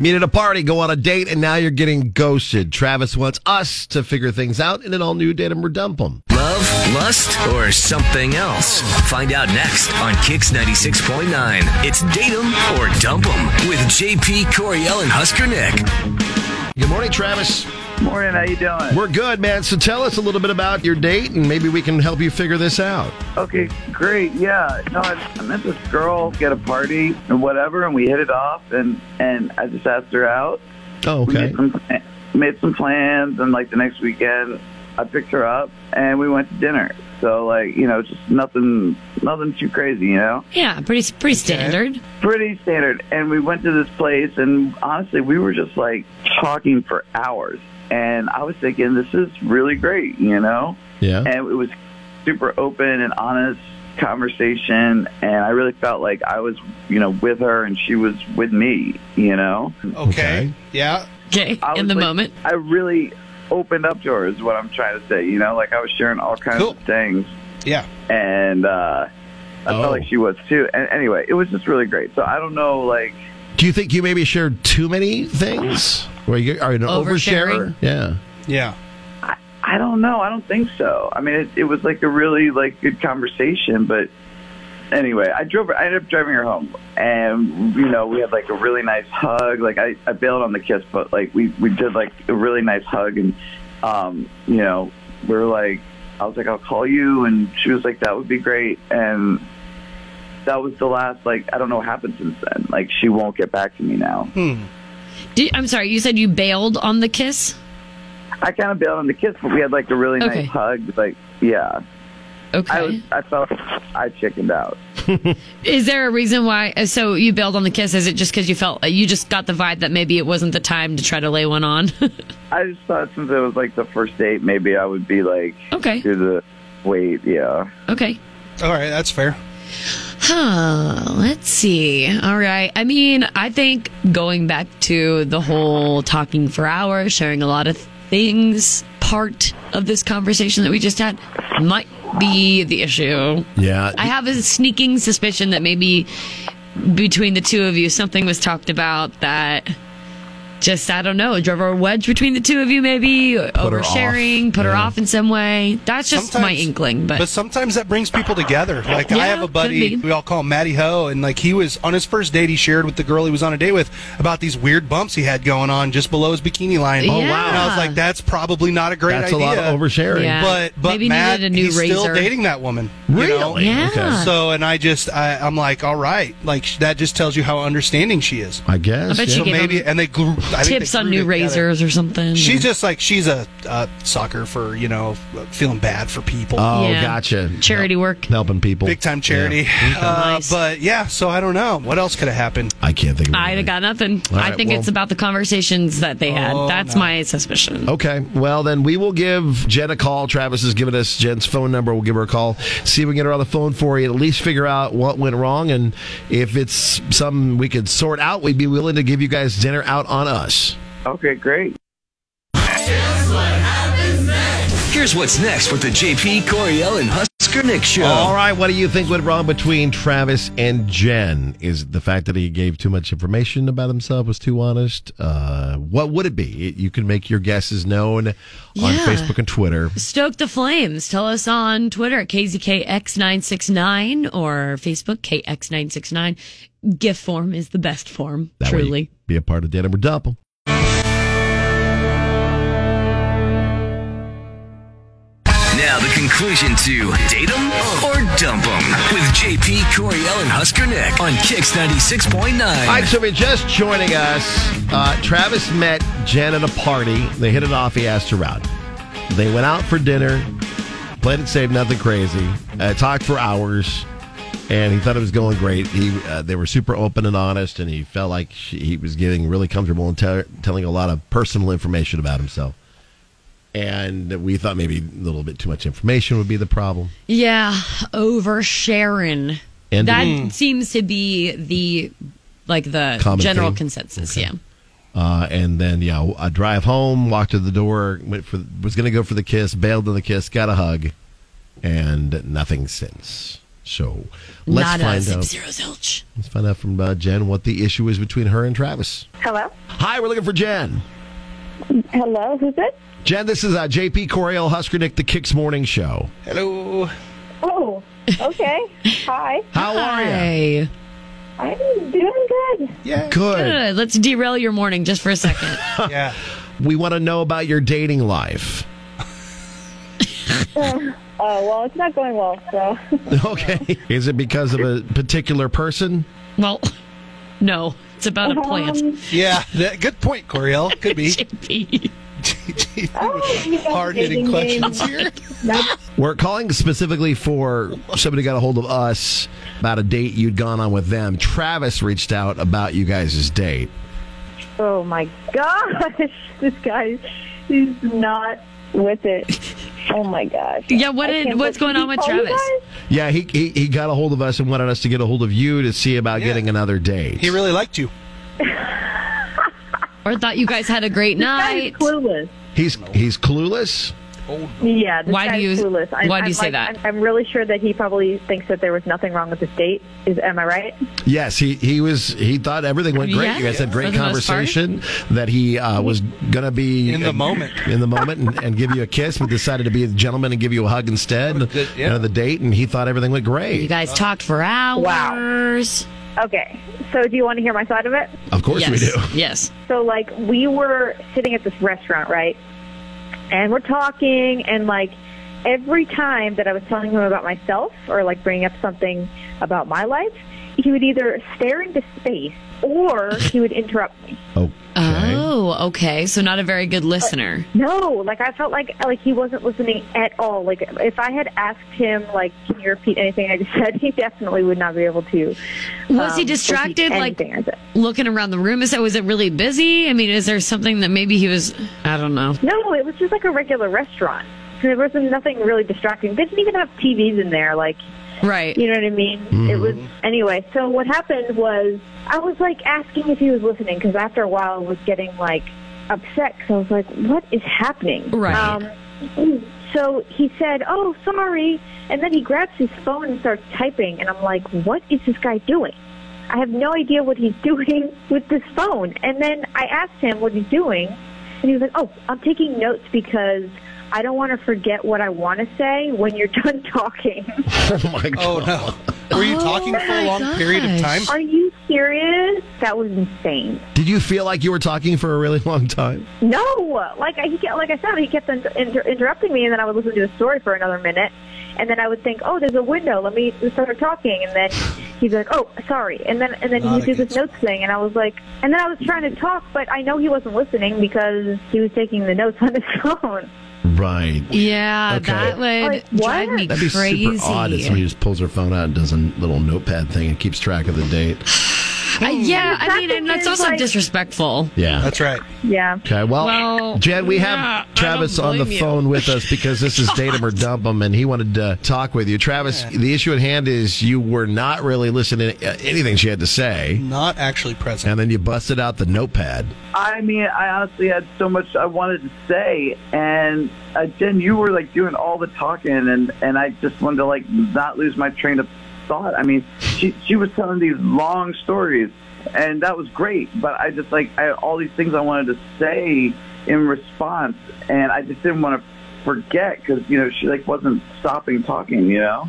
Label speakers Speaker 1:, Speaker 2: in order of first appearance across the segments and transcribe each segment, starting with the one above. Speaker 1: Meet at a party, go on a date, and now you're getting ghosted. Travis wants us to figure things out in an all new Datum or Dump 'em.
Speaker 2: Love, lust, or something else? Find out next on Kix 96.9. It's Date 'em or Dump 'em with JP Coriel and Husker Nick.
Speaker 1: Good morning, Travis.
Speaker 3: Morning, how you doing?
Speaker 1: We're good, man. So tell us a little bit about your date, and maybe we can help you figure this out.
Speaker 3: Okay, great. Yeah, no, I, I met this girl at a party and whatever, and we hit it off, and and I just asked her out.
Speaker 1: Oh,
Speaker 3: We
Speaker 1: okay.
Speaker 3: made some pla- made some plans, and like the next weekend, I picked her up, and we went to dinner. So like you know, just nothing nothing too crazy, you know.
Speaker 4: Yeah, pretty pretty standard.
Speaker 3: Pretty standard. And we went to this place, and honestly, we were just like talking for hours. And I was thinking, this is really great, you know.
Speaker 1: Yeah.
Speaker 3: and it was super open and honest conversation and i really felt like i was you know with her and she was with me you know
Speaker 5: Okay.
Speaker 1: Okay.
Speaker 5: Yeah.
Speaker 4: Okay,
Speaker 3: I
Speaker 4: in
Speaker 3: was,
Speaker 4: the
Speaker 3: like,
Speaker 4: moment.
Speaker 3: i really opened up to her is what i'm trying to say you know like i was sharing all kinds
Speaker 5: Cool.
Speaker 3: of things
Speaker 5: Yeah.
Speaker 3: and uh i
Speaker 1: Oh.
Speaker 3: felt like she was too and anyway it was just really great so i don't know like
Speaker 1: Do you think you maybe shared too many things? Or you are you an oversharer?
Speaker 4: Oversharing?
Speaker 1: Yeah.
Speaker 5: Yeah.
Speaker 3: I, I don't know i don't think so i mean it, it was like a really like good conversation but anyway, I drove her. I ended up driving her home, and you know we had like a really nice hug. Like I, I bailed on the kiss, but like we we did like a really nice hug, and um, you know we were like, I was like, I'll call you, and she was like, that would be great, and that was the last. Like I don't know what happened since then. Like she won't get back to me now.
Speaker 4: Did, I'm sorry, you said you bailed on the kiss.
Speaker 3: I kind of bailed on the kiss, but we had like a really
Speaker 4: Okay.
Speaker 3: nice hug. Like yeah,
Speaker 4: Okay.
Speaker 3: I was I felt I chickened out.
Speaker 4: Is there a reason why? uh, So you bailed on the kiss? Is it just because you felt uh, you just got the vibe that maybe it wasn't the time to try to lay one on?
Speaker 3: I just thought since it was like the first date, maybe I would be like,
Speaker 4: Okay.
Speaker 3: do the wait, yeah.
Speaker 4: okay.
Speaker 5: All right. That's fair.
Speaker 4: Huh, let's see. All right. I mean, I think going back to the whole talking for hours, sharing a lot of things part of this conversation that we just had might be the issue.
Speaker 1: Yeah.
Speaker 4: I have a sneaking suspicion that maybe between the two of you, something was talked about that just, I don't know, drove a wedge between the two of you, maybe
Speaker 1: her
Speaker 4: oversharing,
Speaker 1: off.
Speaker 4: put her
Speaker 1: Yeah.
Speaker 4: off in some way. That's just my inkling, but.
Speaker 5: but sometimes that brings people together. Like
Speaker 4: Yeah,
Speaker 5: I have a
Speaker 4: could
Speaker 5: buddy
Speaker 4: be.
Speaker 5: we all call him Matty Ho, and like he was on his first date, he shared with the girl he was on a date with about these weird bumps he had going on just below his bikini line.
Speaker 4: Oh, wow.
Speaker 5: And I was like, that's probably not a great
Speaker 1: That's
Speaker 5: idea.
Speaker 1: a lot of oversharing.
Speaker 4: Yeah.
Speaker 5: But but
Speaker 4: Maybe
Speaker 5: Matt,
Speaker 4: needed a new
Speaker 5: he's still
Speaker 4: razor.
Speaker 5: dating that woman. You know?
Speaker 1: Really?
Speaker 4: Yeah.
Speaker 1: Okay.
Speaker 5: So and I just I, I'm like, all right, like sh- that just tells you how understanding she is.
Speaker 1: I guess.
Speaker 4: I bet
Speaker 5: So
Speaker 4: She gave
Speaker 5: maybe
Speaker 4: him
Speaker 5: and they grew, I think
Speaker 4: tips
Speaker 5: they
Speaker 4: on
Speaker 5: grew
Speaker 4: new
Speaker 5: together.
Speaker 4: razors or something.
Speaker 5: She's just like she's a, a sucker for you know feeling bad for people.
Speaker 1: Oh,
Speaker 4: Yeah.
Speaker 1: gotcha.
Speaker 4: Charity work.
Speaker 1: Helping people.
Speaker 5: Big time charity, uh,
Speaker 4: Nice.
Speaker 5: but yeah. So I don't know what else could have happened.
Speaker 1: I can't think of
Speaker 4: I
Speaker 1: anything.
Speaker 4: got nothing.
Speaker 1: All
Speaker 4: I
Speaker 1: right,
Speaker 4: think
Speaker 1: well-
Speaker 4: it's about the conversations that they had.
Speaker 5: Oh,
Speaker 4: That's
Speaker 5: no.
Speaker 4: my suspicion.
Speaker 1: Okay. Well, then we will give Jen a call. Travis has given us Jen's phone number. We'll give her a call. See if we can get her on the phone for you. At least figure out what went wrong. And if it's something we could sort out, we'd be willing to give you guys dinner out on us.
Speaker 3: Okay, great.
Speaker 2: Here's what's next with the JP Coriel and Husker Nick show.
Speaker 1: All right. What do you think went wrong between Travis and Jen? Is it the fact that he gave too much information about himself, was too honest? Uh, what would it be? You can make your guesses known on
Speaker 4: Yeah.
Speaker 1: Facebook and Twitter.
Speaker 4: Stoke the flames. Tell us on Twitter at KZKX969 or Facebook KX969. GIF form is the best form,
Speaker 1: That way you
Speaker 4: truly.
Speaker 1: can be a part of Denim or Dump 'Em.
Speaker 2: Now the conclusion to Date 'em or Dump 'em with JP Coriel and Husker Nick on Kix 96.9.
Speaker 1: All right, so if you're just joining us, uh, Travis met Jen at a party. They hit it off. He asked her out. They went out for dinner, played it safe, nothing crazy. Uh, talked for hours, and he thought it was going great. He uh, they were super open and honest, and he felt like she, he was getting really comfortable and tell telling a lot of personal information about himself. And we thought maybe a little bit too much information would be the problem.
Speaker 4: Yeah, oversharing.
Speaker 1: And- Mm.
Speaker 4: that seems to be the like the
Speaker 1: Common
Speaker 4: general
Speaker 1: theme?
Speaker 4: consensus. Yeah.
Speaker 1: Uh, and then yeah, I drive home, walked to the door, went for was going to go for the kiss, bailed on the kiss, got a hug, and nothing since. So let's
Speaker 4: Not
Speaker 1: find
Speaker 4: a
Speaker 1: out.
Speaker 4: zero zilch.
Speaker 1: Let's find out from uh, Jen what the issue is between her and Travis.
Speaker 6: Hello?
Speaker 1: Hi, we're looking for Jen.
Speaker 6: Hello? Who's it?
Speaker 1: Jen, this is uh, JP Coriel Husker Nick, the Kicks Morning Show.
Speaker 5: Hello.
Speaker 6: Oh, okay. Hi.
Speaker 1: How are you?
Speaker 4: Hi.
Speaker 6: I'm doing good.
Speaker 5: Yeah.
Speaker 1: Good.
Speaker 4: Good. Let's derail your morning just for a second.
Speaker 5: Yeah.
Speaker 1: We want to know about your dating life.
Speaker 6: Oh, well, it's not going well, so.
Speaker 1: Okay. Is it because of a particular person?
Speaker 4: well, no, it's about a plant.
Speaker 6: Um,
Speaker 5: Yeah. That, good point, Coriel. Could be.
Speaker 4: JP.
Speaker 6: oh, you guys are
Speaker 5: Hard hitting
Speaker 6: digging in.
Speaker 5: questions here.
Speaker 1: We're calling specifically for somebody got a hold of us about a date you'd gone on with them. Travis reached out about you guys' date.
Speaker 6: Oh, my gosh. This guy is not with it. Oh, my gosh.
Speaker 4: Yeah, what
Speaker 6: I
Speaker 4: did-
Speaker 6: can't
Speaker 4: what's
Speaker 6: believe-
Speaker 4: going on
Speaker 6: Did he
Speaker 4: with
Speaker 6: call you
Speaker 4: Travis?
Speaker 6: guys?
Speaker 1: Yeah, he, he he got a hold of us and wanted us to get a hold of you to see about
Speaker 5: Yeah.
Speaker 1: getting another date.
Speaker 5: He really liked you.
Speaker 4: Or thought you guys had a great
Speaker 6: Guy's
Speaker 4: night.
Speaker 6: clueless.
Speaker 1: he's he's clueless.
Speaker 6: Yeah, this
Speaker 4: Why do
Speaker 6: guy's
Speaker 4: you-
Speaker 6: clueless. I'm,
Speaker 4: why do
Speaker 6: I'm
Speaker 4: you say
Speaker 6: like-
Speaker 4: that?
Speaker 6: I'm, I'm really sure that he probably thinks that there was nothing wrong with this date. Is am I right?
Speaker 1: Yes, he he was he thought everything went great. you
Speaker 4: Yeah,
Speaker 1: guys had
Speaker 4: for
Speaker 1: great
Speaker 4: the most part.
Speaker 1: conversation. That he uh, was gonna be
Speaker 5: In the moment.
Speaker 1: in the moment and, and give you a kiss, but decided to be a gentleman and give you a hug instead.
Speaker 5: Oh, Good, yeah.
Speaker 1: End of the date, and he thought everything went great.
Speaker 4: You guys talked for hours.
Speaker 6: Okay. So, do you want to hear my side of it?
Speaker 1: of course
Speaker 4: yes.
Speaker 1: we do.
Speaker 4: Yes.
Speaker 6: So like we were sitting at this restaurant, right? And we're talking and like every time that I was telling him about myself or like bringing up something about my life, he would either stare into space or he would interrupt me.
Speaker 1: Okay.
Speaker 4: Oh, okay. So not a very good listener.
Speaker 6: No, like I felt like like he wasn't listening at all. Like if I had asked him like can you repeat anything I just said, he definitely would not be able to.
Speaker 4: Was he
Speaker 6: um, repeat
Speaker 4: distracted? Like
Speaker 6: anything I said.
Speaker 4: looking around the room? Is that was it really busy? I mean, is there something that maybe he was? I don't know.
Speaker 6: No, it was just like a regular restaurant. There wasn't nothing really distracting. They didn't even have TVs in there. Like,
Speaker 4: Right.
Speaker 6: you know what I mean? It was anyway. So what happened was I was like asking if he was listening because after a while I was getting like upset because I was like, what is happening?
Speaker 4: Right.
Speaker 6: Um, so he said, "Oh, sorry," and then he grabs his phone and starts typing, and I'm like, "What is this guy doing?" I have no idea what he's doing with this phone. And then I asked him what he's doing, and he was like, "Oh, I'm taking notes because." I don't want to forget what I want to say when you're done talking.
Speaker 1: Oh my god.
Speaker 5: Oh no. Were you talking for a
Speaker 4: Oh, my
Speaker 5: long period of time?
Speaker 4: gosh.
Speaker 6: Are you serious? That was insane.
Speaker 1: Did you feel like you were talking for a really long time?
Speaker 6: No, like I, he kept, like I said, he kept inter- inter- interrupting me, and then I would listen to his story for another minute, and then I would think, oh, there's a window. Let me start talking, and then he'd be like, oh, sorry, and then and then
Speaker 5: Not
Speaker 6: he'd do
Speaker 5: a good
Speaker 6: this notes thing, and I was like, and then I was trying to talk, but I know he wasn't listening because he was taking the notes on his phone.
Speaker 1: Right.
Speaker 4: Yeah,
Speaker 1: Okay.
Speaker 4: that would
Speaker 6: Like, what?
Speaker 4: drive me
Speaker 1: That'd be
Speaker 4: crazy.
Speaker 1: super odd if somebody just pulls her phone out and does a little notepad thing and keeps track of the date.
Speaker 4: I- yeah, I mean, and that's
Speaker 6: is,
Speaker 4: also
Speaker 6: like-
Speaker 4: disrespectful. Oh,
Speaker 1: Yeah.
Speaker 5: That's right.
Speaker 6: Yeah.
Speaker 1: okay. Well,
Speaker 4: Well,
Speaker 1: Jen, we
Speaker 4: yeah,
Speaker 1: have
Speaker 4: I
Speaker 1: Travis
Speaker 4: don't
Speaker 1: on the
Speaker 4: blame you.
Speaker 1: phone with us because this is date him or dump him, and he wanted to talk with you. Travis, the issue at hand is you were not really listening to anything she had to say,
Speaker 5: Not actually present.
Speaker 1: and then you busted out the notepad.
Speaker 3: I mean, I honestly had so much I wanted to say, and uh, Jen, you were like doing all the talking, and and I just wanted to like not lose my train of thought. I mean, she she was telling these long stories, and that was great, but I just like I had all these things I wanted to say in response, and I just didn't want to forget because you know she like wasn't stopping talking, you know.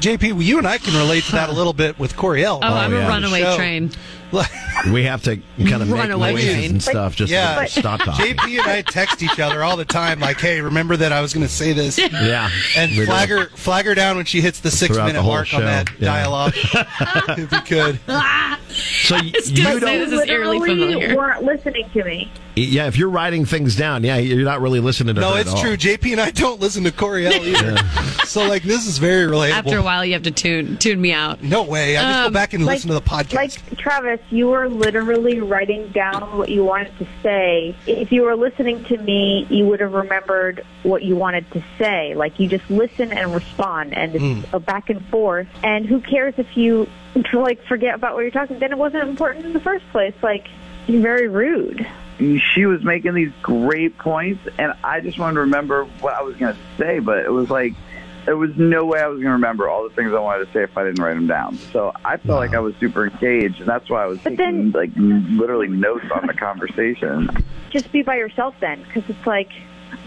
Speaker 5: JP, well, you and I can relate to that a little bit with Coriel.
Speaker 4: Oh, I'm
Speaker 1: yeah.
Speaker 4: a runaway
Speaker 5: Show.
Speaker 4: train.
Speaker 1: We have to kind of make
Speaker 4: Runaway
Speaker 1: noises
Speaker 4: train.
Speaker 1: and stuff just
Speaker 5: Yeah.
Speaker 1: to stop talking.
Speaker 5: JP and I text each other all the time, like, "Hey, remember that I was going to say this."
Speaker 1: yeah.
Speaker 5: And
Speaker 1: We do.
Speaker 5: flag her, flag her down when she hits the six
Speaker 1: Throughout the
Speaker 5: minute
Speaker 1: whole
Speaker 5: mark
Speaker 1: show,
Speaker 5: on that
Speaker 1: yeah.
Speaker 5: dialogue. if you could,
Speaker 1: So y-
Speaker 4: It's
Speaker 1: you
Speaker 4: gonna say
Speaker 1: don't.
Speaker 4: Ah, This is eerily
Speaker 6: Literally
Speaker 4: familiar.
Speaker 6: weren't listening to me.
Speaker 1: Yeah, if you're writing things down, yeah, you're not really listening to
Speaker 5: no,
Speaker 1: her at
Speaker 5: it's
Speaker 1: all.
Speaker 5: true. JP and I don't listen to Coriel either, so like this is very relatable.
Speaker 4: After a while, you have to tune tune me out.
Speaker 5: no way, I just go
Speaker 4: Um,
Speaker 5: back and listen to the podcast.
Speaker 6: Like Travis, you were literally writing down what you wanted to say. If you were listening to me, you would have remembered what you wanted to say. Like you just listen and respond, and it's
Speaker 5: Hmm.
Speaker 6: a back and forth. And who cares if you like forget about what you're talking? Then it wasn't important in the first place. Like you're very rude.
Speaker 3: she was making these great points, and I just wanted to remember what I was going to say, but it was like there was no way I was going to remember all the things I wanted to say if I didn't write them down. So I felt like I was super engaged, and that's why I was
Speaker 6: But
Speaker 3: taking
Speaker 6: then-
Speaker 3: like literally notes on the conversation.
Speaker 6: Just be by yourself then, because it's like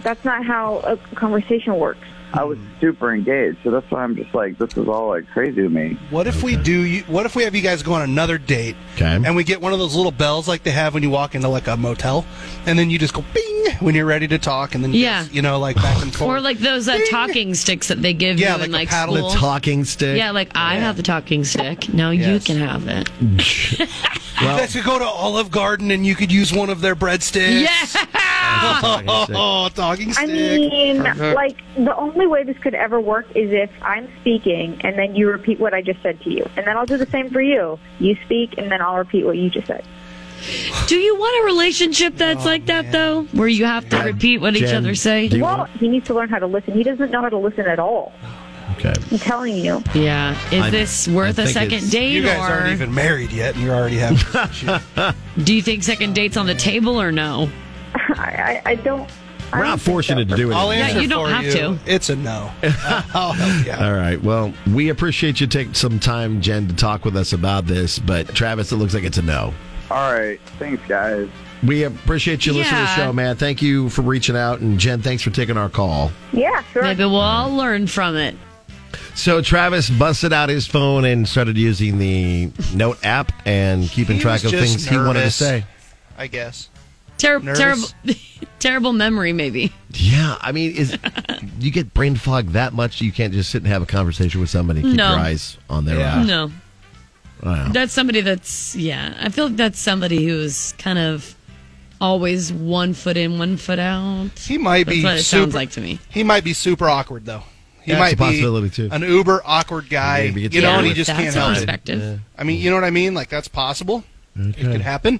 Speaker 6: that's not how a conversation works.
Speaker 3: I was super engaged, so that's why I'm just like, this is all like crazy to me.
Speaker 5: What if we do? You, what if we have you guys go on another date?
Speaker 1: Okay.
Speaker 5: And we get one of those little bells like they have when you walk into like a motel, and then you just go bing when you're ready to talk, and then you
Speaker 4: Yeah.
Speaker 5: just, you know, like back and forth.
Speaker 4: Or like those uh, talking sticks that they give
Speaker 5: Yeah,
Speaker 4: you in like
Speaker 5: like a paddle.
Speaker 4: school.
Speaker 1: The talking stick.
Speaker 4: yeah, like I have the talking stick. Now you
Speaker 5: Yes.
Speaker 4: can have it.
Speaker 5: you guys could go to Olive Garden and you could use one of their breadsticks.
Speaker 4: Yeah.
Speaker 5: Oh, talking stick.
Speaker 6: I mean,
Speaker 1: Uh-huh.
Speaker 6: like the only way this could ever work is if I'm speaking and then you repeat what I just said to you, and then I'll do the same for you. You speak and then I'll repeat what you just said.
Speaker 4: Do you want a relationship that's
Speaker 5: Oh,
Speaker 4: like that though, where you have to repeat what each
Speaker 1: Jen,
Speaker 4: other say?
Speaker 1: do you
Speaker 6: Well,
Speaker 1: want-
Speaker 6: he needs to learn how to listen. He doesn't know how to listen at all.
Speaker 1: okay.
Speaker 6: I'm telling you.
Speaker 4: Yeah. Is
Speaker 1: I-
Speaker 4: this worth
Speaker 1: I
Speaker 4: a
Speaker 1: think
Speaker 4: second
Speaker 1: it's-
Speaker 5: you
Speaker 4: date,
Speaker 5: guys
Speaker 4: or
Speaker 5: aren't even married yet, and you're already having. shit.
Speaker 4: do you think second dates on the table or no?
Speaker 6: I, I, I don't. I
Speaker 1: We're
Speaker 6: don't
Speaker 1: not
Speaker 6: think
Speaker 1: forcing
Speaker 6: so.
Speaker 1: you to do it.
Speaker 5: I'll answer
Speaker 4: you don't
Speaker 5: for
Speaker 4: have
Speaker 5: you.
Speaker 4: to.
Speaker 5: It's a no. I'll help you out.
Speaker 1: All right. Well, we appreciate you taking some time, Jen, to talk with us about this. But Travis, it looks like it's a no.
Speaker 3: All right, thanks, guys.
Speaker 1: We appreciate you listening to the
Speaker 4: Yeah.
Speaker 1: show, man. Thank you for reaching out, and Jen, thanks for taking our call.
Speaker 6: Yeah, sure.
Speaker 4: Maybe we'll all learn from it.
Speaker 1: So Travis busted out his phone and started using the Note app and keeping
Speaker 5: He
Speaker 1: track of
Speaker 5: was just
Speaker 1: things he wanted to
Speaker 5: nervous,
Speaker 1: say.
Speaker 5: I guess.
Speaker 4: Ter-
Speaker 5: Nervous?
Speaker 4: terrible, terrible memory, maybe.
Speaker 1: Yeah, I mean, is you get brain fog that much? You can't just sit and have a conversation with somebody. Keep
Speaker 4: No.
Speaker 1: your eyes on their
Speaker 5: Yeah.
Speaker 1: app.
Speaker 4: No,
Speaker 1: Wow.
Speaker 4: that's somebody that's yeah. I feel like that's somebody who's kind of always one foot in, one foot out.
Speaker 5: He might
Speaker 4: That's
Speaker 5: be.
Speaker 4: what it
Speaker 5: super,
Speaker 4: sounds like to me.
Speaker 5: He might be super awkward though. He
Speaker 1: That's
Speaker 5: might
Speaker 1: a possibility, too.
Speaker 5: be an uber awkward guy.
Speaker 1: Maybe
Speaker 5: You
Speaker 1: it's
Speaker 5: know,
Speaker 1: awkward.
Speaker 5: and he just
Speaker 4: that's
Speaker 5: can't
Speaker 4: a
Speaker 5: help it.
Speaker 4: perspective.
Speaker 5: I mean, you know what I mean? Like that's possible. It could happen.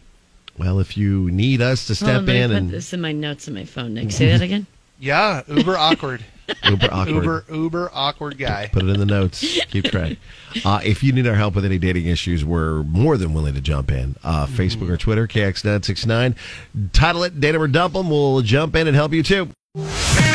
Speaker 1: Well, if you need us to step
Speaker 4: Hold on, let me
Speaker 1: in
Speaker 4: put
Speaker 1: and
Speaker 4: this in my notes on my phone. Nick, say that again.
Speaker 5: Yeah, uber awkward.
Speaker 1: Uber awkward.
Speaker 5: uber uber awkward guy.
Speaker 1: Put it in the notes. Keep track. Uh, if you need our help with any dating issues, we're more than willing to jump in. Uh,
Speaker 4: Mm-hmm.
Speaker 1: Facebook or Twitter, KX969. Title it, date 'em or dump 'em. We'll jump in and help you too.